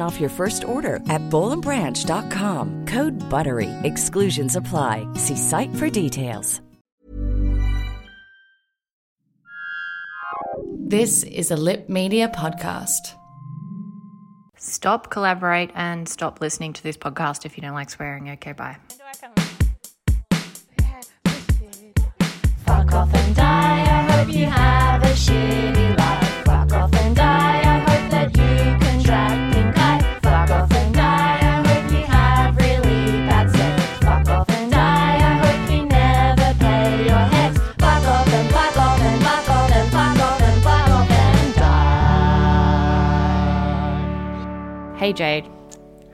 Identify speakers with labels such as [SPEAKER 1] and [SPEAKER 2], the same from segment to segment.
[SPEAKER 1] off your first order at bowlandbranch.com. Code BUTTERY. Exclusions apply. See site for details.
[SPEAKER 2] This is a Lip Media podcast.
[SPEAKER 3] Stop, collaborate, and stop listening to this podcast if you don't like swearing. Okay, bye.
[SPEAKER 4] Fuck off and die. I hope you have a shitty life. Fuck off and die. I hope that you contract pink eye. Fuck off and die. I hope you have really bad sex. Fuck off and die. I hope you never pay your heads. Fuck off and fuck off and fuck off and fuck off and fuck off and die.
[SPEAKER 3] Hey, Jade.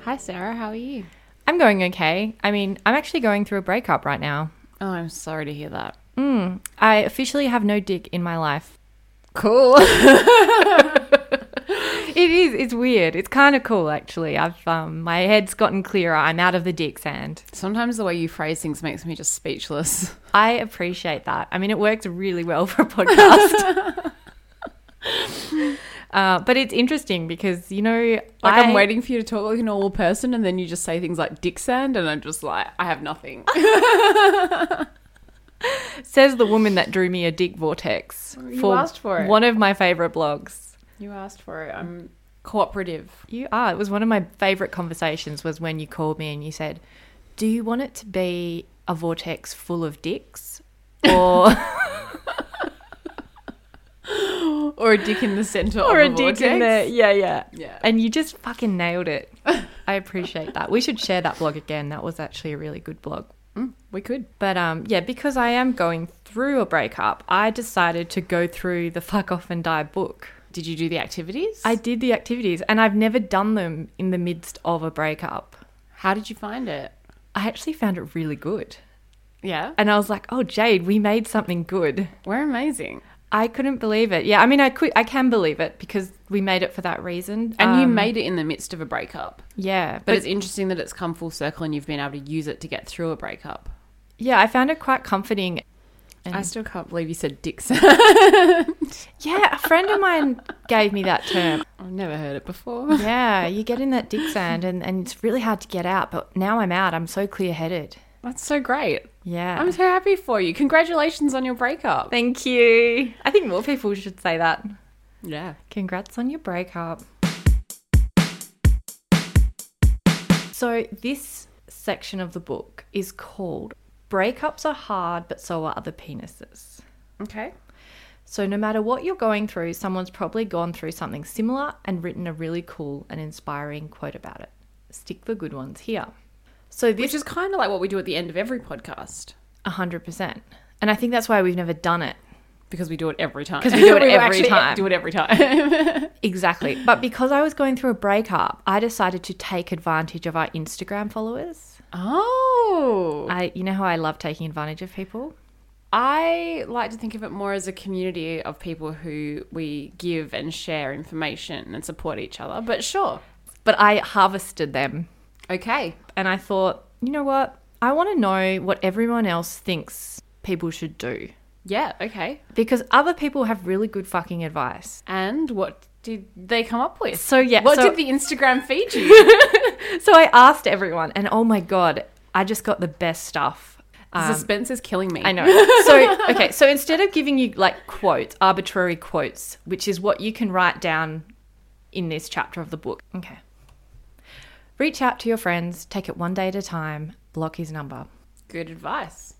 [SPEAKER 5] Hi, Sarah. How are you?
[SPEAKER 3] I'm going okay. I mean, I'm actually going through a breakup right now. Hmm.
[SPEAKER 5] Oh, I'm sorry to hear that.
[SPEAKER 3] I officially have no dick in my life.
[SPEAKER 5] Cool.
[SPEAKER 3] It is. It's weird. It's kind of cool, actually. I've um, my head's gotten clearer. I'm out of the dick sand.
[SPEAKER 5] Sometimes the way you phrase things makes me just speechless.
[SPEAKER 3] I appreciate that. I mean, it works really well for a podcast. uh, but it's interesting because you know,
[SPEAKER 5] Like
[SPEAKER 3] I,
[SPEAKER 5] I... am waiting for you to talk like a normal person, and then you just say things like "dick sand," and I'm just like, I have nothing.
[SPEAKER 3] Says the woman that drew me a dick vortex
[SPEAKER 5] You asked for it.
[SPEAKER 3] one of my favorite blogs.
[SPEAKER 5] you asked for it. I'm cooperative.
[SPEAKER 3] You are. It was one of my favorite conversations was when you called me and you said, "Do you want it to be a vortex full of dicks?" Or
[SPEAKER 5] Or a dick in the center,
[SPEAKER 3] or
[SPEAKER 5] of
[SPEAKER 3] a dick in there.
[SPEAKER 5] vortex.
[SPEAKER 3] Yeah, yeah.
[SPEAKER 5] Yeah.
[SPEAKER 3] And you just fucking nailed it. I appreciate that. We should share that blog again. That was actually a really good blog.
[SPEAKER 5] Mm, We could.
[SPEAKER 3] But um, yeah, because I am going through a breakup, I decided to go through the Fuck Off and Die book.
[SPEAKER 5] Did you do the activities?
[SPEAKER 3] I did the activities and I've never done them in the midst of a breakup.
[SPEAKER 5] How did you find it?
[SPEAKER 3] I actually found it really good.
[SPEAKER 5] Yeah,
[SPEAKER 3] And I was like, oh, Jade, we made something good.
[SPEAKER 5] we're amazing.
[SPEAKER 3] I couldn't believe it. Yeah, I mean, I could, I can believe it because we made it for that reason.
[SPEAKER 5] And you
[SPEAKER 3] Um,
[SPEAKER 5] made it in the midst of a breakup.
[SPEAKER 3] yeah,
[SPEAKER 5] But
[SPEAKER 3] but
[SPEAKER 5] it's interesting that it's come full circle and you've been able to use it to get through a breakup.
[SPEAKER 3] yeah, I found it quite comforting.
[SPEAKER 5] I still can't believe you said dick sand.
[SPEAKER 3] Yeah, a friend of mine gave me that term.
[SPEAKER 5] I've never heard it before.
[SPEAKER 3] Yeah, you get in that dick sand, and, and it's really hard to get out. But now I'm out. I'm so clear headed.
[SPEAKER 5] That's so great.
[SPEAKER 3] Yeah.
[SPEAKER 5] I'm so happy for you. Congratulations on your breakup.
[SPEAKER 3] Thank you. I think more people should say that.
[SPEAKER 5] Yeah.
[SPEAKER 3] Congrats on your breakup. So, this section of the book is called Breakups Are Hard, but So Are Other Penises.
[SPEAKER 5] Okay.
[SPEAKER 3] So, no matter what you're going through, someone's probably gone through something similar and written a really cool and inspiring quote about it. Stick the good ones here. So, this
[SPEAKER 5] Which is kind of like what we do at the end of every podcast
[SPEAKER 3] 100%. And I think that's why we've never done it.
[SPEAKER 5] because we do it every time.
[SPEAKER 3] 'Cause we do it every
[SPEAKER 5] actually
[SPEAKER 3] time.
[SPEAKER 5] Do it every time.
[SPEAKER 3] Exactly. But because I was going through a breakup, I decided to take advantage of our Instagram followers.
[SPEAKER 5] oh.
[SPEAKER 3] I, you know how I love taking advantage of people.
[SPEAKER 5] I like to think of it more as a community of people who we give and share information and support each other. But sure.
[SPEAKER 3] But I harvested them,
[SPEAKER 5] Okay.
[SPEAKER 3] and I thought, you know what? I want to know what everyone else thinks people should do.
[SPEAKER 5] Yeah, okay.
[SPEAKER 3] because other people have really good fucking advice.
[SPEAKER 5] And what did they come up with?
[SPEAKER 3] So, yeah,
[SPEAKER 5] What
[SPEAKER 3] so-
[SPEAKER 5] did the Instagram feed you?
[SPEAKER 3] So I asked everyone, and oh my god, I just got the best stuff. Um,
[SPEAKER 5] Suspense is killing me.
[SPEAKER 3] I know. So okay, so instead of giving you like quotes, arbitrary quotes, which is what you can write down in this chapter of the book. Okay. Reach out to your friends, take it one day at a time, block his number.
[SPEAKER 5] Good advice.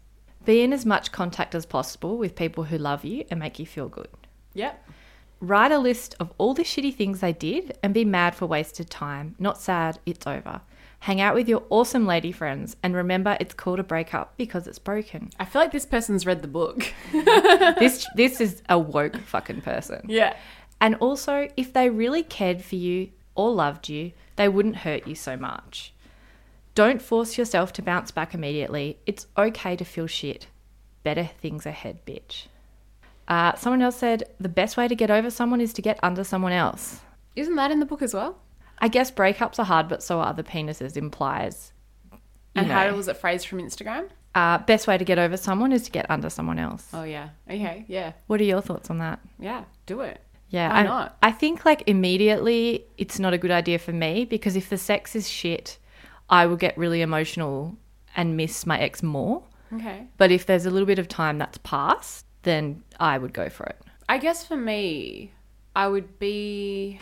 [SPEAKER 3] Be in as much contact as possible with people who love you and make you feel good.
[SPEAKER 5] Yep.
[SPEAKER 3] Write a list of all the shitty things they did and be mad for wasted time. Not sad, it's over. Hang out with your awesome lady friends and remember it's called a breakup because it's broken.
[SPEAKER 5] I feel like this person's read the book.
[SPEAKER 3] this this is a woke fucking person.
[SPEAKER 5] Yeah.
[SPEAKER 3] And also, if they really cared for you or loved you, they wouldn't hurt you so much. Don't force yourself to bounce back immediately. It's okay to feel shit. Better things ahead, bitch. Uh, someone else said the best way to get over someone is to get under someone else.
[SPEAKER 5] Isn't that in the book as well?
[SPEAKER 3] I guess breakups are hard, but so are other penises. Implies
[SPEAKER 5] And
[SPEAKER 3] know.
[SPEAKER 5] how was it phrased from Instagram?
[SPEAKER 3] uh, best way to get over someone is to get under someone else.
[SPEAKER 5] Oh yeah. Okay. Yeah.
[SPEAKER 3] What are your thoughts on that?
[SPEAKER 5] Yeah. Do it.
[SPEAKER 3] Yeah,
[SPEAKER 5] Why
[SPEAKER 3] I,
[SPEAKER 5] not?
[SPEAKER 3] I think like immediately it's not a good idea for me because if the sex is shit, I will get really emotional and miss my ex more.
[SPEAKER 5] Okay.
[SPEAKER 3] But if there's a little bit of time that's passed, then I would go for it.
[SPEAKER 5] I guess for me, I would be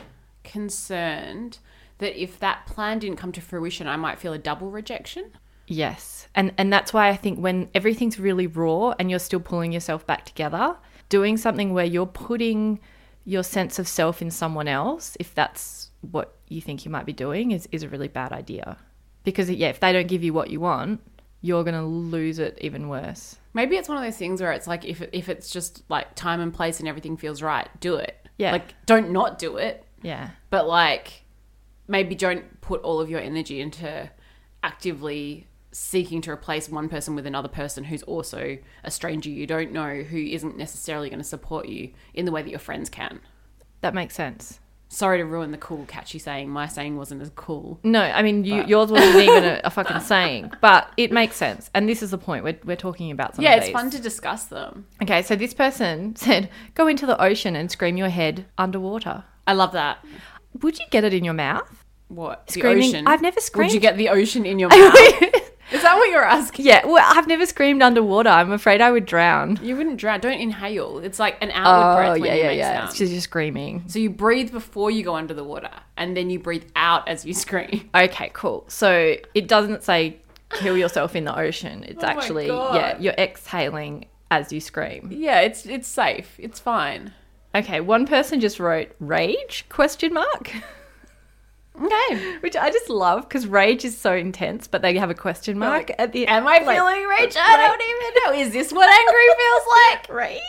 [SPEAKER 5] concerned that if that plan didn't come to fruition, I might feel a double rejection.
[SPEAKER 3] Yes. And and that's why I think when everything's really raw and you're still pulling yourself back together, doing something where you're putting your sense of self in someone else, if that's what you think you might be doing, is, is a really bad idea. Because yeah, if they don't give you what you want, you're gonna lose it even worse.
[SPEAKER 5] Maybe it's one of those things where it's like if if it's just like time and place and everything feels right, do it.
[SPEAKER 3] Yeah.
[SPEAKER 5] Like don't not do it,
[SPEAKER 3] Yeah.
[SPEAKER 5] but like maybe don't put all of your energy into actively seeking to replace one person with another person who's also a stranger you don't know who isn't necessarily going to support you in the way that your friends can.
[SPEAKER 3] That makes sense.
[SPEAKER 5] Sorry to ruin the cool catchy saying. My saying wasn't as cool.
[SPEAKER 3] No, I mean you, yours wasn't even a, a fucking saying, but it makes sense. And this is the point we're, we're talking about. Some
[SPEAKER 5] Yeah,
[SPEAKER 3] of
[SPEAKER 5] it's
[SPEAKER 3] these.
[SPEAKER 5] fun to discuss them.
[SPEAKER 3] Okay, so this person said, go into the ocean and scream your head underwater.
[SPEAKER 5] I love that.
[SPEAKER 3] Would you get it in your mouth?
[SPEAKER 5] What?
[SPEAKER 3] Screaming-
[SPEAKER 5] The ocean.
[SPEAKER 3] I've never
[SPEAKER 5] Would you
[SPEAKER 3] screamed.
[SPEAKER 5] get the ocean in your mouth? Is that what you're asking?
[SPEAKER 3] yeah, well, I've never screamed underwater. I'm afraid I would drown.
[SPEAKER 5] You wouldn't drown. Don't inhale. It's like an
[SPEAKER 3] Oh,
[SPEAKER 5] outward breath when you make sound.
[SPEAKER 3] She's just screaming.
[SPEAKER 5] So you breathe before you go under the water, and then you breathe out as you scream.
[SPEAKER 3] Okay, cool. So it doesn't say kill yourself in the ocean. It's
[SPEAKER 5] Oh my
[SPEAKER 3] actually,
[SPEAKER 5] God.
[SPEAKER 3] yeah, you're exhaling as you scream.
[SPEAKER 5] Yeah, it's it's safe. It's fine.
[SPEAKER 3] Okay, one person just wrote rage question mark.
[SPEAKER 5] Okay.
[SPEAKER 3] Which I just love because rage is so intense, but they have a question mark at the
[SPEAKER 5] Am I
[SPEAKER 3] like-
[SPEAKER 5] feeling rage? I don't even know. Is this what angry feels like? Rage.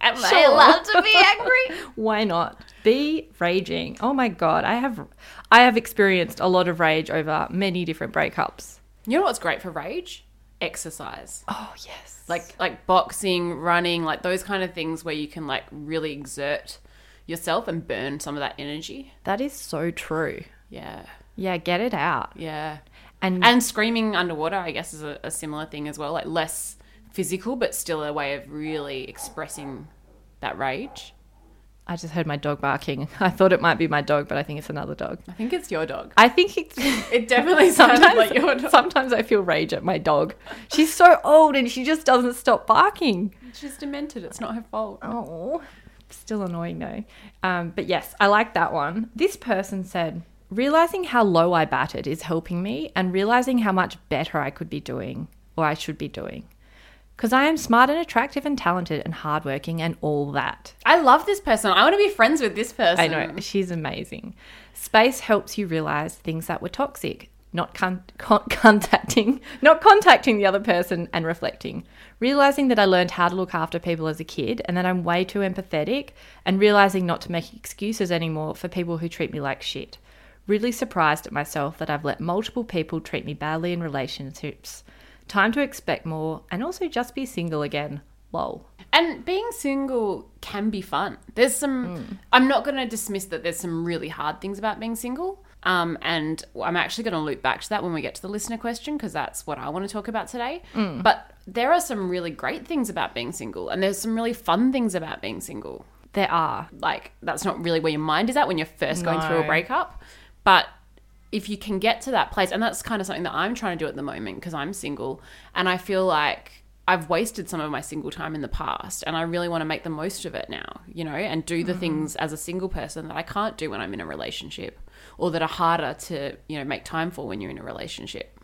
[SPEAKER 5] Am I allowed to be angry?
[SPEAKER 3] Why not? Be raging. Oh my god, I have I have experienced a lot of rage over many different breakups.
[SPEAKER 5] You know what's great for rage? Exercise.
[SPEAKER 3] Oh yes.
[SPEAKER 5] like like boxing, running, like those kind of things where you can like really exert yourself and burn some of that energy.
[SPEAKER 3] That is so true.
[SPEAKER 5] Yeah,
[SPEAKER 3] Yeah, get it out.
[SPEAKER 5] yeah.
[SPEAKER 3] And,
[SPEAKER 5] And screaming underwater, I guess, is a, a similar thing as well. Like less physical, but still a way of really expressing that rage.
[SPEAKER 3] I just heard my dog barking. I thought it might be my dog, but I think it's another dog.
[SPEAKER 5] I think it's your dog.
[SPEAKER 3] I think it's
[SPEAKER 5] It definitely sounded
[SPEAKER 3] sometimes
[SPEAKER 5] like your dog.
[SPEAKER 3] sometimes I feel rage at my dog. She's so old and she just doesn't stop barking.
[SPEAKER 5] She's demented. It's not her fault.
[SPEAKER 3] Oh, still annoying though. Um, but yes, I like that one. This person said, realizing how low I batted is helping me and realizing how much better I could be doing or I should be doing. Because I am smart and attractive and talented and hardworking and all that.
[SPEAKER 5] I love this person. I want to be friends with this person.
[SPEAKER 3] I know, she's amazing. Space helps you realize things that were toxic. Not con- con- contacting, not contacting the other person, and reflecting, realizing that I learned how to look after people as a kid, and that I'm way too empathetic, and realizing not to make excuses anymore for people who treat me like shit. Really surprised at myself that I've let multiple people treat me badly in relationships. Time to expect more, and also just be single again. Lol.
[SPEAKER 5] And being single
[SPEAKER 3] Hmm.
[SPEAKER 5] can be fun. There's some, I'm not going to dismiss that there's some really hard things about being single, Um, and I'm actually going to loop back to that when we get to the listener question because that's what I want to talk about today.
[SPEAKER 3] Hmm.
[SPEAKER 5] But there are some really great things about being single, and there's some really fun things about being single.
[SPEAKER 3] There are.
[SPEAKER 5] Like, that's not really where your mind is at when you're first going through a breakup. But if you can get to that place, and that's kind of something that I'm trying to do at the moment because I'm single, and I feel like I've wasted some of my single time in the past, and I really want to make the most of it now, you know, and do
[SPEAKER 3] Mm-hmm.
[SPEAKER 5] the things as a single person that I can't do when I'm in a relationship or that are harder to, you know, make time for when you're in a relationship.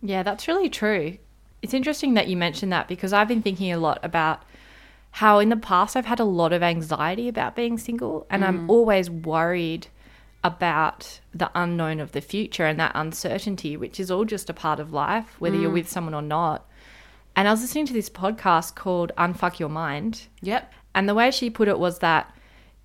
[SPEAKER 3] Yeah, that's really true. It's interesting that you mentioned that because I've been thinking a lot about how in the past I've had a lot of anxiety about being single and I'm always worried about the unknown of the future and that uncertainty, which is all just a part of life, whether you're with someone or not. And I was listening to this podcast called Unfuck Your Mind.
[SPEAKER 5] Yep.
[SPEAKER 3] And the way she put it was that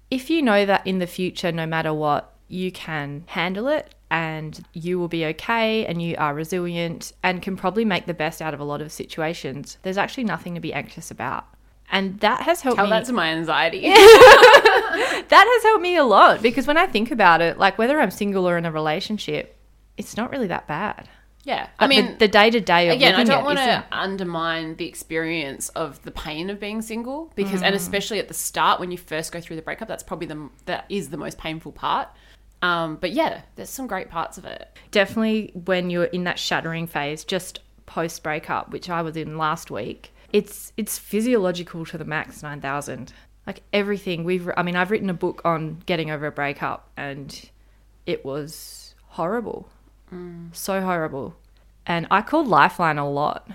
[SPEAKER 3] if you know that in the future, no matter what, you can handle it and you will be okay and you are resilient and can probably make the best out of a lot of situations, there's actually nothing to be anxious about. And that has helped
[SPEAKER 5] Tell
[SPEAKER 3] me.
[SPEAKER 5] that to my anxiety.
[SPEAKER 3] that has helped me a lot because when I think about it, like whether I'm single or in a relationship, it's not really that bad.
[SPEAKER 5] yeah. I mean,
[SPEAKER 3] the day to day of
[SPEAKER 5] again, I
[SPEAKER 3] living
[SPEAKER 5] don't
[SPEAKER 3] it
[SPEAKER 5] want
[SPEAKER 3] isn't-
[SPEAKER 5] to undermine the experience of the pain of being single because,
[SPEAKER 3] Mm.
[SPEAKER 5] and especially at the start when you first go through the breakup, that's probably the that is the most painful part. Um, but yeah, there's some great parts of it.
[SPEAKER 3] definitely when you're in that shattering phase just post breakup which i was in last week it's it's physiological to the max 9000 like everything we've i mean i've written a book on getting over a breakup and it was horrible so horrible and i called lifeline a lot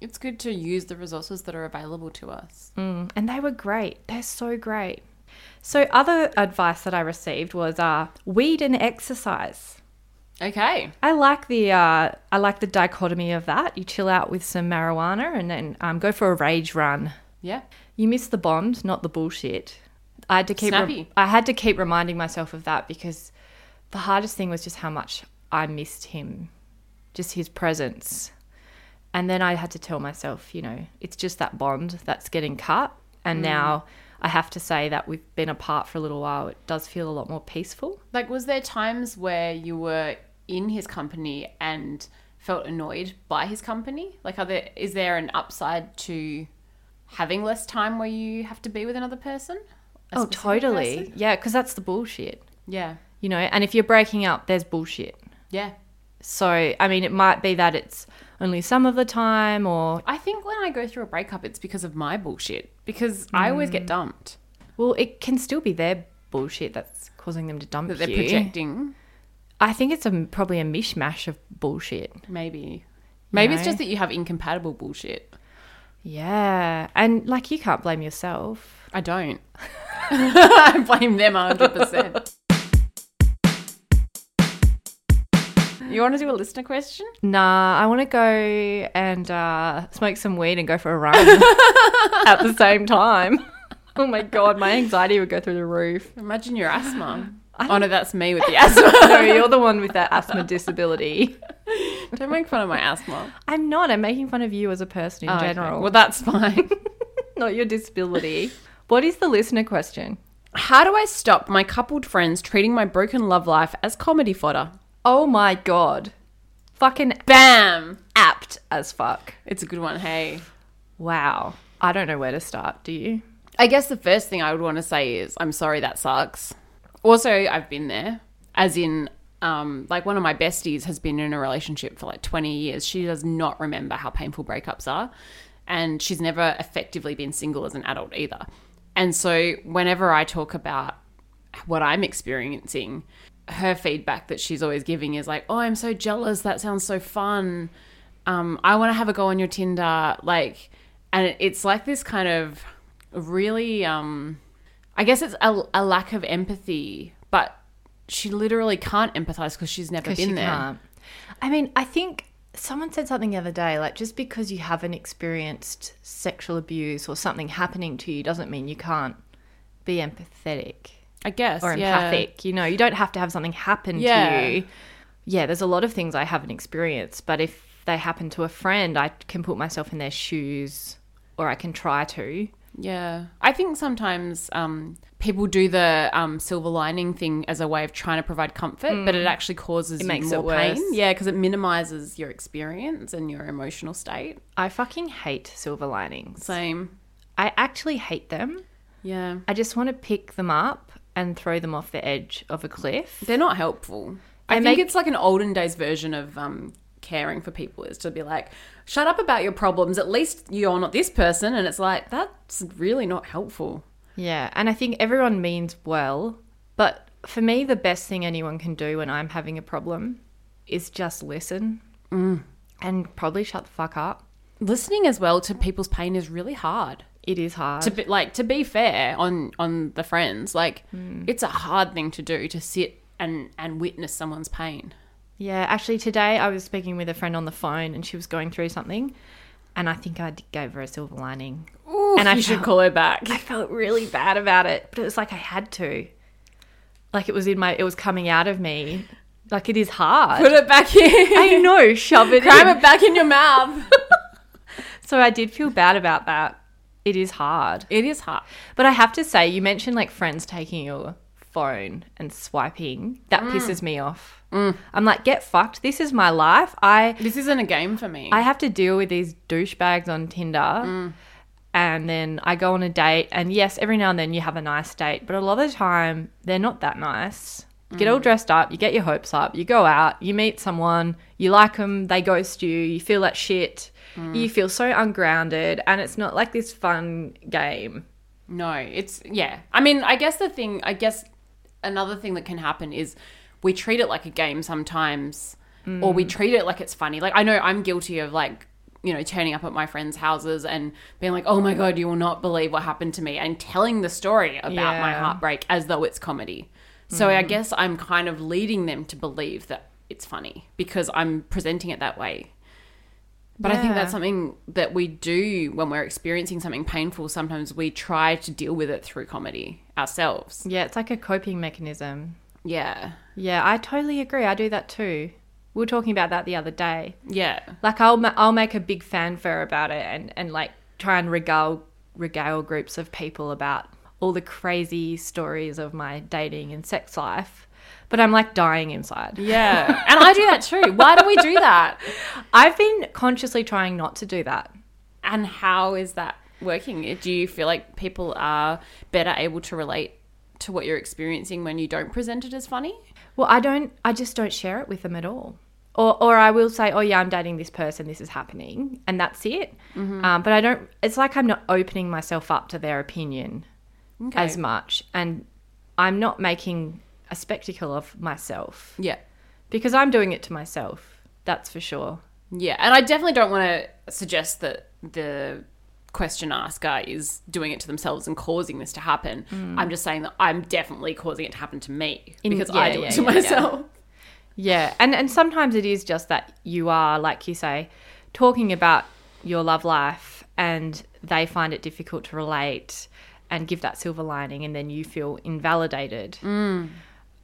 [SPEAKER 5] It's good to use the resources that are available to us.
[SPEAKER 3] Mm. and they were great. They're so great. So, other advice that I received was uh, weed and exercise. Mm.
[SPEAKER 5] Okay,
[SPEAKER 3] I like the uh, I like the dichotomy of that. You chill out with some marijuana and then um, go for a rage run.
[SPEAKER 5] yeah,
[SPEAKER 3] You miss the bond, not the bullshit. I had to keep rem-
[SPEAKER 5] Snappy.
[SPEAKER 3] I had to keep reminding myself of that because the hardest thing was just how much I missed him, just his presence. And then I had to tell myself, you know, it's just that bond that's getting cut.
[SPEAKER 5] Mm.
[SPEAKER 3] And now I have to say that we've been apart for a little while. It does feel a lot more peaceful.
[SPEAKER 5] like was there times where you were in his company and felt annoyed by his company? Like, are there is there an upside to having less time where you have to be with another person? A
[SPEAKER 3] Oh,
[SPEAKER 5] specific
[SPEAKER 3] totally.
[SPEAKER 5] person?
[SPEAKER 3] Yeah, because that's the bullshit,
[SPEAKER 5] Yeah,
[SPEAKER 3] you know. And if you're breaking up, there's bullshit.
[SPEAKER 5] yeah.
[SPEAKER 3] So, I mean, it might be that it's only some of the time or
[SPEAKER 5] I think when I go through a breakup, it's because of my bullshit because I always
[SPEAKER 3] Mm.
[SPEAKER 5] get dumped.
[SPEAKER 3] Well, it can still be their bullshit that's causing them to dump
[SPEAKER 5] That they're
[SPEAKER 3] you.
[SPEAKER 5] projecting,
[SPEAKER 3] I think it's a, probably a mishmash of bullshit.
[SPEAKER 5] maybe. Maybe it's
[SPEAKER 3] know?
[SPEAKER 5] just that you have incompatible bullshit.
[SPEAKER 3] Yeah, and like you can't blame yourself.
[SPEAKER 5] I don't. I blame them 100%. you want to do a listener question?
[SPEAKER 3] Nah, I want to go and uh, smoke some weed and go for a run at the same time. Oh my god, my anxiety would go through the roof.
[SPEAKER 5] Imagine your asthma. Oh no, that's me with the asthma.
[SPEAKER 3] No, you're the one with that asthma disability.
[SPEAKER 5] Don't make fun of my asthma. Oh,
[SPEAKER 3] I'm not. I'm making fun of you as a person in
[SPEAKER 5] Okay.
[SPEAKER 3] general,
[SPEAKER 5] Well, that's fine.
[SPEAKER 3] Oh, not your disability. What is the listener question?
[SPEAKER 5] How do I stop my coupled friends treating my broken love life as comedy fodder?
[SPEAKER 3] Oh my god, fucking
[SPEAKER 5] Bam!
[SPEAKER 3] apt as fuck.
[SPEAKER 5] It's a good one, hey.
[SPEAKER 3] Wow. I don't know where to start, do you?
[SPEAKER 5] I guess the first thing I would want to say is, I'm sorry that sucks. Also, I've been there, as in, um, like one of my besties has been in a relationship for like 20 years. She does not remember how painful breakups are, and she's never effectively been single as an adult either. And so, whenever I talk about what I'm experiencing, her feedback that she's always giving is like, "Oh, I'm so jealous. That sounds so fun. Um, I want to have a go on your Tinder." Like, and it's like this kind of really, um, I guess it's a, a lack of empathy, but she literally can't empathize because she's never been there.
[SPEAKER 3] I mean, I think someone said something the other day like just because you haven't experienced sexual abuse or something happening to you doesn't mean you can't be empathetic
[SPEAKER 5] I guess
[SPEAKER 3] or
[SPEAKER 5] yeah.
[SPEAKER 3] empathic. You know, you don't have to have something happen
[SPEAKER 5] Yeah.
[SPEAKER 3] to you. Yeah, there's a lot of things I haven't experienced, but if they happen to a friend, I can put myself in their shoes or I can try to.
[SPEAKER 5] Yeah. I think sometimes um, people do the um, silver lining thing as a way of trying to provide comfort, but it actually causes
[SPEAKER 3] Mm. It
[SPEAKER 5] you
[SPEAKER 3] makes it
[SPEAKER 5] more
[SPEAKER 3] worse.
[SPEAKER 5] pain. Yeah, because it minimizes your experience and your emotional state.
[SPEAKER 3] I fucking hate silver linings.
[SPEAKER 5] Same.
[SPEAKER 3] I actually hate them.
[SPEAKER 5] Yeah.
[SPEAKER 3] I just want to pick them up and throw them off the edge of a cliff.
[SPEAKER 5] They're not helpful. I
[SPEAKER 3] They
[SPEAKER 5] think
[SPEAKER 3] make-
[SPEAKER 5] it's like an olden days version of um, caring for people is to be like, shut up about your problems. At least you're not this person. And it's like, that's really not helpful.
[SPEAKER 3] Yeah, and I think everyone means well, but for me, the best thing anyone can do when I'm having a problem is just listen
[SPEAKER 5] Mm.
[SPEAKER 3] and probably shut the fuck up.
[SPEAKER 5] Listening as well to people's pain is really hard.
[SPEAKER 3] It is hard.
[SPEAKER 5] to be, like to be fair on on the friends like it's a hard thing to do to sit and and witness someone's pain
[SPEAKER 3] yeah, actually, today I was speaking with a friend on the phone and she was going through something, and I think I d- gave her a silver lining. and I
[SPEAKER 5] you should
[SPEAKER 3] felt-
[SPEAKER 5] call her back
[SPEAKER 3] I felt really bad about it, but it was like I had to. Like it was in my, it was coming out of me. Like it is hard.
[SPEAKER 5] put it back in
[SPEAKER 3] I know, shove it in.
[SPEAKER 5] cram it back in your mouth
[SPEAKER 3] So I did feel bad about that. It is hard.
[SPEAKER 5] it is hard
[SPEAKER 3] But I have to say, you mentioned like friends taking your phone and swiping. That pisses me off. I'm like, get fucked. This is my life. I
[SPEAKER 5] this isn't a game for me
[SPEAKER 3] I have to deal with these douchebags on Tinder. And then I go on a date, and yes, every now and then you have a nice date, but a lot of the time they're not that nice. You get all dressed up, you get your hopes up, you go out, you meet someone, you like them, they ghost you, you feel that shit, you feel so ungrounded, and it's not like this fun game.
[SPEAKER 5] no it's yeah i mean i guess the thing i guess another thing that can happen is we treat it like a game sometimes or we treat it like it's funny like i know i'm guilty of like you know turning up at my friends houses and being like oh my god you will not believe what happened to me and telling the story about my
[SPEAKER 3] Yeah.
[SPEAKER 5] heartbreak as though it's comedy so i guess i'm kind of leading them to believe that it's funny because i'm presenting it that way but I think that's something that we do when we're experiencing something painful. Sometimes we try to deal with it through comedy ourselves.
[SPEAKER 3] Yeah, it's like a coping mechanism.
[SPEAKER 5] Yeah.
[SPEAKER 3] Yeah, I totally agree. I do that too. We were talking about that the other day.
[SPEAKER 5] Yeah.
[SPEAKER 3] Like I'll ma- I'll make a big fanfare about it and and like try and regale regale groups of people about all the crazy stories of my dating and sex life. But I'm like dying inside.
[SPEAKER 5] Yeah. and I do that too. Why do we do that?
[SPEAKER 3] I've been consciously trying not to do that.
[SPEAKER 5] And how is that working? Do you feel like people are better able to relate to what you're experiencing when you don't present it as funny?
[SPEAKER 3] Well, I don't. I just don't share it with them at all. Or, or I will say, oh yeah, I'm dating this person. This is happening, and that's it. Um, but I don't. It's like I'm not opening myself up to their opinion as much, and I'm not making a spectacle of myself
[SPEAKER 5] Yeah.
[SPEAKER 3] because I'm doing it to myself. That's for sure.
[SPEAKER 5] Yeah, and I definitely don't want to suggest that the question asker is doing it to themselves and causing this to happen. I'm just saying that I'm definitely causing it to happen to me
[SPEAKER 3] Mm. In-
[SPEAKER 5] because
[SPEAKER 3] yeah,
[SPEAKER 5] I do
[SPEAKER 3] yeah,
[SPEAKER 5] it to
[SPEAKER 3] yeah, yeah.
[SPEAKER 5] myself.
[SPEAKER 3] Yeah, and and sometimes it is just that you are, like you say, talking about your love life, and they find it difficult to relate and give that silver lining, and then you feel invalidated.
[SPEAKER 5] Mm.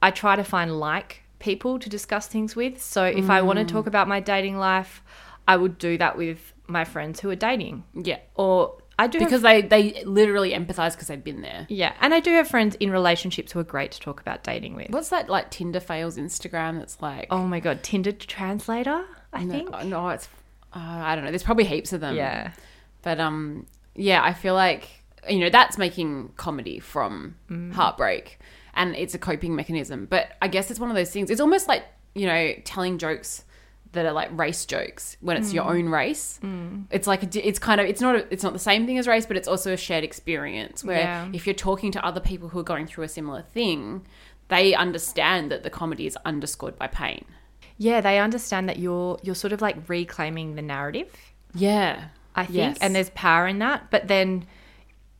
[SPEAKER 3] I try to find like people to discuss things with. So if I
[SPEAKER 5] Mm.
[SPEAKER 3] want to talk about my dating life, I would do that with my friends who are dating,
[SPEAKER 5] Yeah,
[SPEAKER 3] or I do have-
[SPEAKER 5] because they they literally empathize because they've been there.
[SPEAKER 3] yeah, and I do have friends in relationships who are great to talk about dating with.
[SPEAKER 5] What's that like Tinder fails Instagram? That's like
[SPEAKER 3] Oh my god, Tinder translator, I think.
[SPEAKER 5] no, no, it's uh, I don't know. There's probably heaps of them.
[SPEAKER 3] Yeah.
[SPEAKER 5] But um, yeah, I feel like you know that's making comedy from
[SPEAKER 3] Mm.
[SPEAKER 5] heartbreak, and it's a coping mechanism. But I guess it's one of those things. It's almost like you know telling jokes that are like race jokes when it's
[SPEAKER 3] Mm.
[SPEAKER 5] your own race. It's like a di- it's kind of it's not a, it's not the same thing as race, but it's also a shared experience where
[SPEAKER 3] Yeah.
[SPEAKER 5] if you're talking to other people who are going through a similar thing, they understand that the comedy is underscored by pain.
[SPEAKER 3] Yeah, they understand that you're you're sort of like reclaiming the narrative,
[SPEAKER 5] Yeah.
[SPEAKER 3] I think,
[SPEAKER 5] Yes.
[SPEAKER 3] and there's power in that. But then,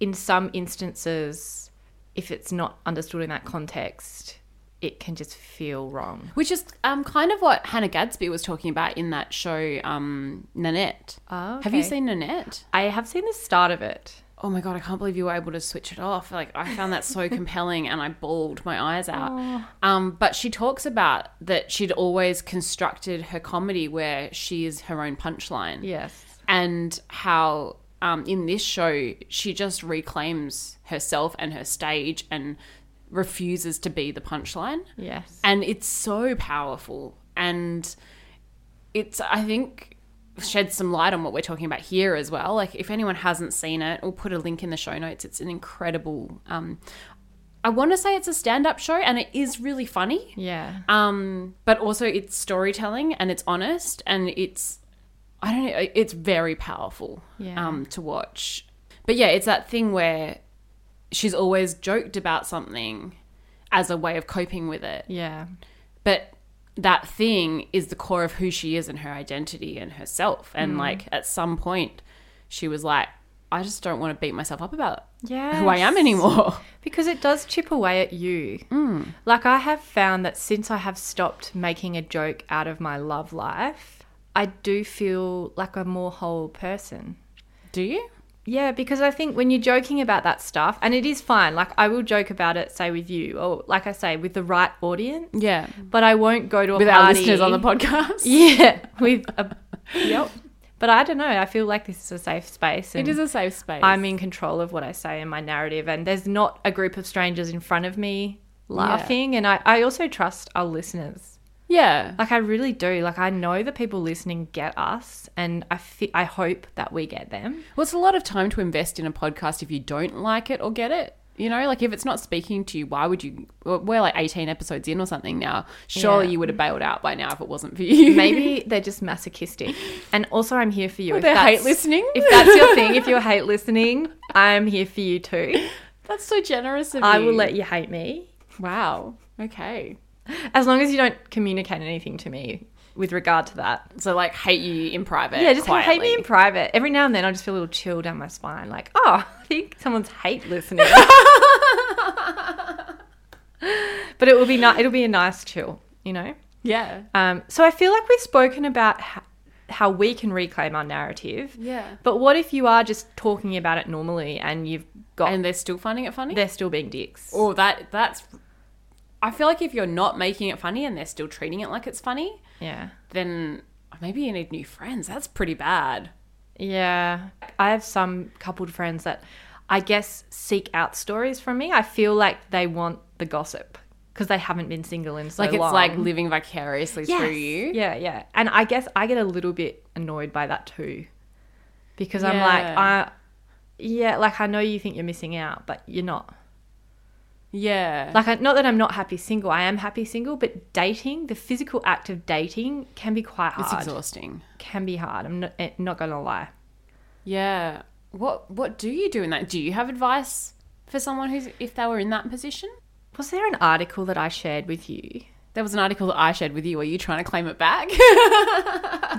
[SPEAKER 3] in some instances, if it's not understood in that context, it can just feel wrong.
[SPEAKER 5] Which is um, kind of what Hannah Gadsby was talking about in that show, um, Nanette.
[SPEAKER 3] Oh,
[SPEAKER 5] Have you
[SPEAKER 3] okay.
[SPEAKER 5] seen Nanette?
[SPEAKER 3] I have seen the start of it.
[SPEAKER 5] Oh my God, I can't believe you were able to switch it off. Like, I found that so compelling and I bawled my eyes out. Um, but she talks about that she'd always constructed her comedy where she is her own punchline
[SPEAKER 3] Yes.
[SPEAKER 5] and how um, in this show, she just reclaims herself and her stage and refuses to be the punchline.
[SPEAKER 3] Yes.
[SPEAKER 5] And it's so powerful. And it's, I think, sheds some light on what we're talking about here as well. Like, if anyone hasn't seen it, we'll put a link in the show notes. It's an incredible. Um, I want to say it's a stand-up show, and it is really funny.
[SPEAKER 3] Yeah.
[SPEAKER 5] Um, but also it's storytelling and it's honest and it's I don't know, it's very powerful
[SPEAKER 3] Yeah.
[SPEAKER 5] um to watch. But yeah, it's that thing where she's always joked about something as a way of coping with it.
[SPEAKER 3] Yeah.
[SPEAKER 5] But that thing is the core of who she is and her identity and herself. And like at some point she was like, I just don't want to beat myself up about who I am
[SPEAKER 3] Yes.
[SPEAKER 5] anymore.
[SPEAKER 3] Because it does chip away at you. Like, I have found that since I have stopped making a joke out of my love life, I do feel like a more whole person.
[SPEAKER 5] Do you?
[SPEAKER 3] Yeah, because I think when you're joking about that stuff, and it is fine, like, I will joke about it, say, with you, or like I say, with the right audience.
[SPEAKER 5] Yeah.
[SPEAKER 3] But I won't go to a
[SPEAKER 5] With our
[SPEAKER 3] party.
[SPEAKER 5] listeners on the podcast.
[SPEAKER 3] Yeah. With a. yep. But I don't know. I feel like this is a safe space.
[SPEAKER 5] It
[SPEAKER 3] and-
[SPEAKER 5] is a safe space.
[SPEAKER 3] I'm in control of what I say in my narrative, and there's not a group of strangers in front of me laughing. And I, I also trust our listeners.
[SPEAKER 5] Yeah.
[SPEAKER 3] Like, I really do. Like, I know the people listening get us, and I, fe- I hope that we get them.
[SPEAKER 5] Well, it's a lot of time to invest in a podcast if you don't like it or get it. You know, like if it's not speaking to you, why would you? well, We're like 18 episodes in or something now. Surely
[SPEAKER 3] Yeah.
[SPEAKER 5] you would have bailed out by now if it wasn't for you.
[SPEAKER 3] Maybe they're just masochistic. And also, I'm here for you.
[SPEAKER 5] Well,
[SPEAKER 3] if
[SPEAKER 5] they
[SPEAKER 3] that's-
[SPEAKER 5] hate listening.
[SPEAKER 3] If that's your thing, if you hate listening, I'm here for you too.
[SPEAKER 5] That's so generous of
[SPEAKER 3] I
[SPEAKER 5] you.
[SPEAKER 3] will let you hate me.
[SPEAKER 5] Wow. Okay.
[SPEAKER 3] As long as you don't communicate anything to me with regard to that.
[SPEAKER 5] So, like, hate you in private.
[SPEAKER 3] Yeah, just
[SPEAKER 5] quietly.
[SPEAKER 3] hate me in private. Every now and then, I just feel a little chill down my spine. Like, oh, I think someone's hate listening. but it will be ni- It'll be a nice chill, you know.
[SPEAKER 5] Yeah.
[SPEAKER 3] Um, so I feel like we've spoken about ho- how we can reclaim our narrative.
[SPEAKER 5] Yeah.
[SPEAKER 3] But what if you are just talking about it normally and you've got
[SPEAKER 5] And they're still finding it funny.
[SPEAKER 3] they're still being dicks?
[SPEAKER 5] oh, that that's. I feel like if you're not making it funny and they're still treating it like it's funny,
[SPEAKER 3] yeah.
[SPEAKER 5] then maybe you need new friends. That's pretty bad.
[SPEAKER 3] Yeah. I have some coupled friends that I guess seek out stories from me. I feel like they want the gossip because they haven't been single in so
[SPEAKER 5] Like, it's
[SPEAKER 3] long.
[SPEAKER 5] like living vicariously through you.
[SPEAKER 3] Yeah, yeah. And I guess I get a little bit annoyed by that too. Because I'm like,
[SPEAKER 5] Yeah.
[SPEAKER 3] I yeah, like I know you think you're missing out, but you're not.
[SPEAKER 5] Yeah.
[SPEAKER 3] Like I, not that I'm not happy single. I am happy single, but dating, the physical act of dating can be quite
[SPEAKER 5] It's
[SPEAKER 3] hard.
[SPEAKER 5] exhausting.
[SPEAKER 3] can be hard. I'm not, eh, not going to lie.
[SPEAKER 5] Yeah. What what do you do in that? Do you have advice for someone who's if they were in that position?
[SPEAKER 3] Was there an article that I shared with you?
[SPEAKER 5] There was an article that I shared with you. Are you trying to claim it back?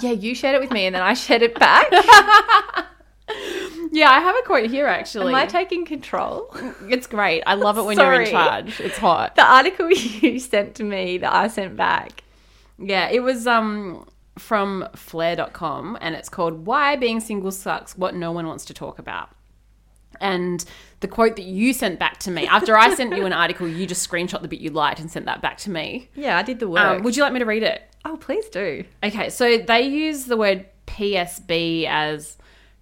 [SPEAKER 3] Yeah, you shared it with me and then I shared it back.
[SPEAKER 5] yeah, I have a quote here actually.
[SPEAKER 3] Am I taking control?
[SPEAKER 5] it's great. I love it when you're in
[SPEAKER 3] Sorry.
[SPEAKER 5] charge. It's hot.
[SPEAKER 3] The article you sent to me that I sent back.
[SPEAKER 5] Yeah, it was um from flair.com and it's called Why Being Single Sucks What No One Wants to Talk About. And the quote that you sent back to me after I sent you an article, you just screenshot the bit you liked and sent that back to me.
[SPEAKER 3] Yeah, I did the work.
[SPEAKER 5] Um, would you like me to read it?
[SPEAKER 3] oh, please do.
[SPEAKER 5] Okay, so they use the word PSB as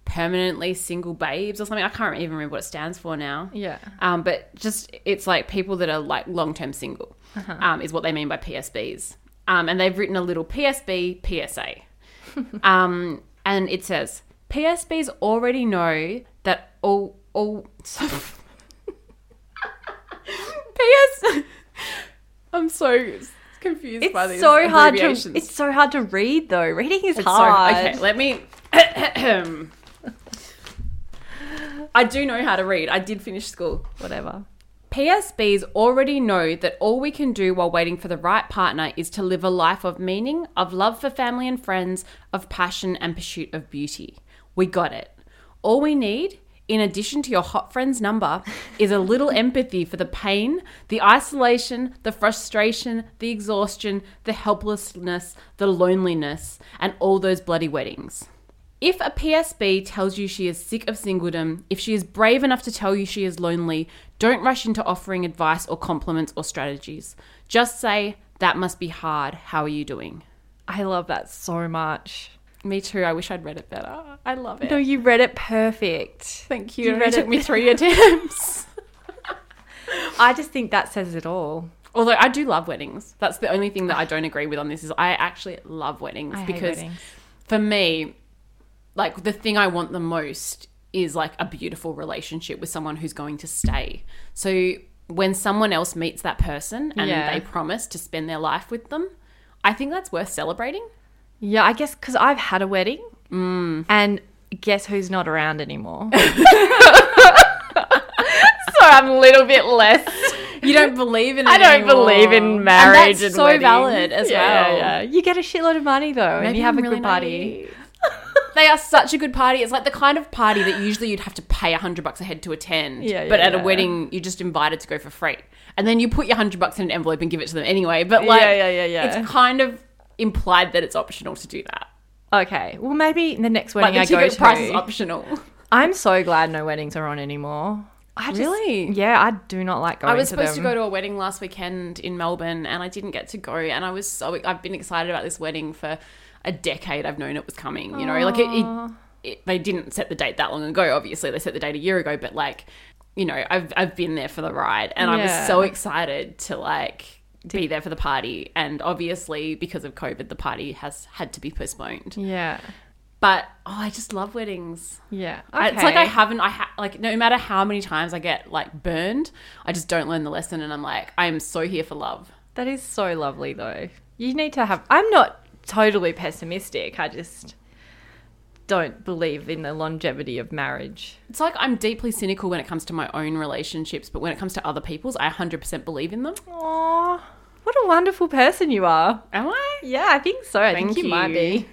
[SPEAKER 5] permanently single babes or something. I can't even remember what it stands for now.
[SPEAKER 3] Yeah.
[SPEAKER 5] Um, but just it's like people that are like long term single
[SPEAKER 3] Uh-huh.
[SPEAKER 5] um, is what they mean by PSBs. Um, and they've written a little PSB PSA. um, and it says PSBs already know that all all PS. I'm so confused by
[SPEAKER 3] It's
[SPEAKER 5] these
[SPEAKER 3] so hard to
[SPEAKER 5] abbreviations.
[SPEAKER 3] it's so hard to read though. Reading is
[SPEAKER 5] So,
[SPEAKER 3] hard.
[SPEAKER 5] okay, let me. I do know how to read. I did finish school.
[SPEAKER 3] Whatever.
[SPEAKER 5] PSBs already know that all we can do while waiting for the right partner is to live a life of meaning, of love for family and friends, of passion and pursuit of beauty. We got it. All we need, in addition to your hot friend's number, is a little empathy for the pain, the isolation, the frustration, the exhaustion, the helplessness, the loneliness, and all those bloody weddings. If a PSB tells you she is sick of singledom, if she is brave enough to tell you she is lonely, don't rush into offering advice or compliments or strategies. Just say, That must be hard. How are you doing?
[SPEAKER 3] I love that so much.
[SPEAKER 5] Me too. I wish I'd read it better. I love it.
[SPEAKER 3] No, you read it perfect.
[SPEAKER 5] Thank you.
[SPEAKER 3] You
[SPEAKER 5] It
[SPEAKER 3] read
[SPEAKER 5] only took
[SPEAKER 3] it-
[SPEAKER 5] me three attempts.
[SPEAKER 3] I just think that says it all.
[SPEAKER 5] Although I do love weddings. That's the only thing that I don't agree with on this is I actually love Ah. weddings
[SPEAKER 3] I hate
[SPEAKER 5] because
[SPEAKER 3] weddings.
[SPEAKER 5] for me, like the thing I want the most is like a beautiful relationship with someone who's going to stay. So when someone else meets that person and
[SPEAKER 3] Yeah.
[SPEAKER 5] they promise to spend their life with them, I think that's worth celebrating.
[SPEAKER 3] Yeah, I guess because I've had a wedding,
[SPEAKER 5] Mm.
[SPEAKER 3] and guess who's not around anymore? so I'm a little bit less.
[SPEAKER 5] You don't believe in it
[SPEAKER 3] I don't
[SPEAKER 5] anymore.
[SPEAKER 3] believe in
[SPEAKER 5] And
[SPEAKER 3] marriage.
[SPEAKER 5] that's
[SPEAKER 3] and
[SPEAKER 5] so
[SPEAKER 3] weddings.
[SPEAKER 5] valid as
[SPEAKER 3] Yeah,
[SPEAKER 5] well.
[SPEAKER 3] yeah. You get a shitload of money though, and
[SPEAKER 5] Maybe
[SPEAKER 3] you have
[SPEAKER 5] I'm
[SPEAKER 3] a
[SPEAKER 5] really
[SPEAKER 3] good party.
[SPEAKER 5] naive. they are such a good party. It's like the kind of party that usually you'd have to pay a hundred bucks a head to attend.
[SPEAKER 3] Yeah,
[SPEAKER 5] but
[SPEAKER 3] yeah,
[SPEAKER 5] at
[SPEAKER 3] yeah.
[SPEAKER 5] a wedding, you're just invited to go for free, and then you put your hundred bucks in an envelope and give it to them anyway. But like,
[SPEAKER 3] Yeah, yeah, yeah, yeah.
[SPEAKER 5] It's kind of implied that it's optional to do that.
[SPEAKER 3] Okay, well maybe the next
[SPEAKER 5] Like
[SPEAKER 3] wedding
[SPEAKER 5] the
[SPEAKER 3] I go
[SPEAKER 5] ticket
[SPEAKER 3] to.
[SPEAKER 5] price is optional.
[SPEAKER 3] I'm so glad no weddings are on anymore. I just,
[SPEAKER 5] Really?
[SPEAKER 3] Yeah, I do not like going.
[SPEAKER 5] I was
[SPEAKER 3] to
[SPEAKER 5] supposed to
[SPEAKER 3] them.
[SPEAKER 5] go to a wedding last weekend in Melbourne, and I didn't get to go. And I was so I've been excited about this wedding for a decade. I've known it was coming. You know, like it. it it, they didn't set the date that long ago. Obviously, they set the date a year ago. But like, you know, I've I've been there for the ride, and I
[SPEAKER 3] Yeah.
[SPEAKER 5] was so excited to like be there for the party. And obviously, because of COVID, the party has had to be postponed.
[SPEAKER 3] Yeah,
[SPEAKER 5] But oh, I just love weddings.
[SPEAKER 3] yeah.
[SPEAKER 5] I- It's like I
[SPEAKER 3] Okay.
[SPEAKER 5] haven't. I ha- like no matter how many times I get like burned, I just don't learn the lesson, and I'm like, I am so here for love.
[SPEAKER 3] That is so lovely, though. You need to have. I'm not totally pessimistic. I just don't believe in the longevity of marriage.
[SPEAKER 5] It's like I'm deeply cynical when it comes to my own relationships, but when it comes to other people's, I 100% believe in them.
[SPEAKER 3] Aww. What a wonderful person you are.
[SPEAKER 5] Am I?
[SPEAKER 3] Yeah, I think so. I think
[SPEAKER 5] Thank
[SPEAKER 3] you, might
[SPEAKER 5] you.
[SPEAKER 3] be.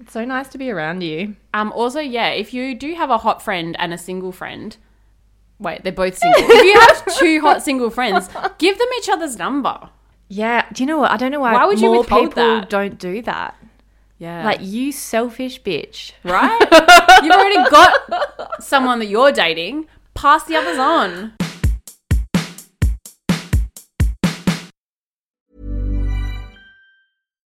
[SPEAKER 3] It's so nice to be around you.
[SPEAKER 5] Um. Also, yeah, if you do have a hot friend and a single friend, wait, they're both single. if you have two hot single friends, give them each other's number.
[SPEAKER 3] Yeah. Do you know what? I don't know why,
[SPEAKER 5] Why would you
[SPEAKER 3] more
[SPEAKER 5] withhold
[SPEAKER 3] people
[SPEAKER 5] that?
[SPEAKER 3] don't do that.
[SPEAKER 5] Yeah.
[SPEAKER 3] Like, you selfish bitch.
[SPEAKER 5] right? You've already got someone that you're dating. Pass the others on.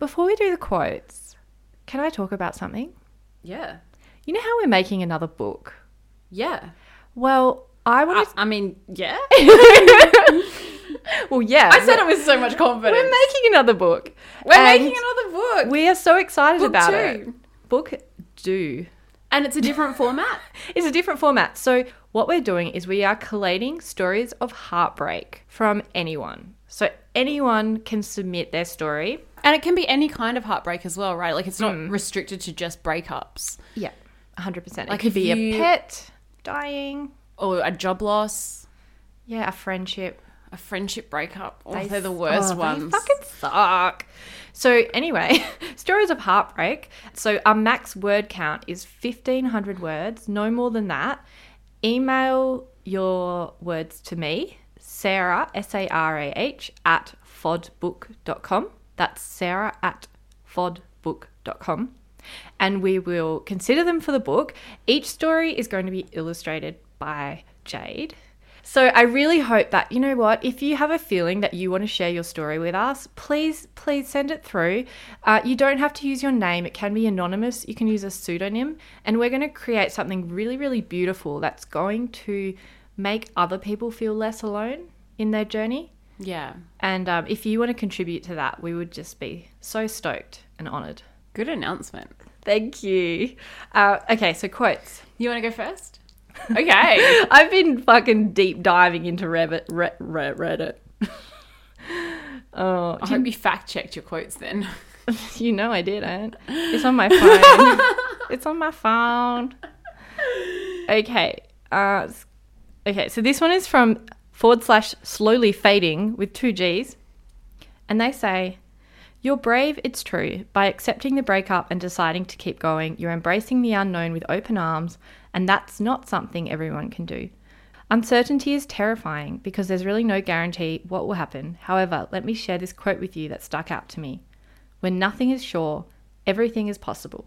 [SPEAKER 3] Before we do the quotes, can I talk about something?
[SPEAKER 5] Yeah.
[SPEAKER 3] You know how we're making another book?
[SPEAKER 5] Yeah.
[SPEAKER 3] Well, I
[SPEAKER 5] I,
[SPEAKER 3] want
[SPEAKER 5] I mean, yeah.
[SPEAKER 3] to. Well, yeah.
[SPEAKER 5] I said it with so much confidence.
[SPEAKER 3] We're making another book.
[SPEAKER 5] We're
[SPEAKER 3] And
[SPEAKER 5] making another book.
[SPEAKER 3] We are so excited
[SPEAKER 5] Book
[SPEAKER 3] about
[SPEAKER 5] two.
[SPEAKER 3] it. Book do.
[SPEAKER 5] And it's a different format.
[SPEAKER 3] It's a different format. So, what we're doing is we are collating stories of heartbreak from anyone. So, anyone can submit their story.
[SPEAKER 5] And it can be any kind of heartbreak as well, right? Like it's not restricted to just breakups
[SPEAKER 3] Yeah, 100%. It
[SPEAKER 5] Like
[SPEAKER 3] could
[SPEAKER 5] if
[SPEAKER 3] be
[SPEAKER 5] you-
[SPEAKER 3] a pet dying,
[SPEAKER 5] or a job loss,
[SPEAKER 3] yeah, a friendship.
[SPEAKER 5] a friendship breakup. Oh, they are the worst
[SPEAKER 3] Oh, they
[SPEAKER 5] ones.
[SPEAKER 3] fucking suck. So, anyway, stories of heartbreak. So, our max word count is 1,500 words, no more than that. Email your words to me, Sarah, S A R A H, at fodbook.com. That's Sarah at fodbook.com. And we will consider them for the book. Each story is going to be illustrated by Jade. So I really hope that, you know what, if you have a feeling that you want to share your story with us, please, please send it through. Uh, you don't have to use your name, it can be anonymous. You can use a pseudonym. And we're going to create something really, really beautiful that's going to make other people feel less alone in their journey.
[SPEAKER 5] yeah.
[SPEAKER 3] And um, if you want to contribute to that, we would just be so stoked and honored.
[SPEAKER 5] Good announcement.
[SPEAKER 3] Thank you. Uh, okay, so quotes.
[SPEAKER 5] You want to go first? Okay.
[SPEAKER 3] I've been fucking deep diving into Reddit. Re- Re- Reddit.
[SPEAKER 5] I hope you fact checked your quotes then.
[SPEAKER 3] You know I didn't. It's on my phone. it's on my phone. Okay. Uh, s- okay. So this one is from forward slash slowly fading with two G's, and they say. You're brave, it's true. By accepting the breakup and deciding to keep going, you're embracing the unknown with open arms, and that's not something everyone can do. Uncertainty is terrifying because there's really no guarantee what will happen. However, let me share this quote with you that stuck out to me. When nothing is sure, everything is possible.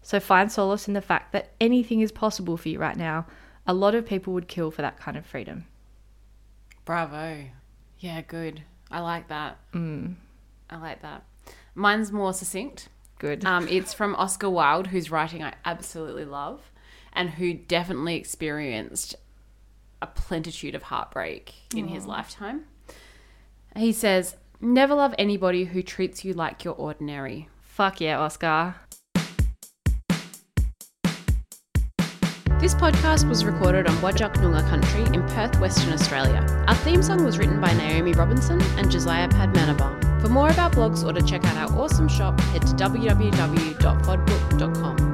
[SPEAKER 3] So find solace in the fact that anything is possible for you right now. A lot of people would kill for that kind of freedom.
[SPEAKER 5] Bravo. Yeah, good. I like that. Mm. I like that. Mine's more succinct.
[SPEAKER 3] Good.
[SPEAKER 5] Um, it's from Oscar Wilde, whose writing I absolutely love and who definitely experienced a plenitude of heartbreak in his lifetime. He says, Never love anybody who treats you like you're ordinary.
[SPEAKER 3] Fuck yeah, Oscar.
[SPEAKER 6] This podcast was recorded on Wajak Noongar country in Perth, Western Australia. Our theme song was written by Naomi Robinson and Josiah Padmanabam. For more of our blogs or to check out our awesome shop, head to www.fodbook.com.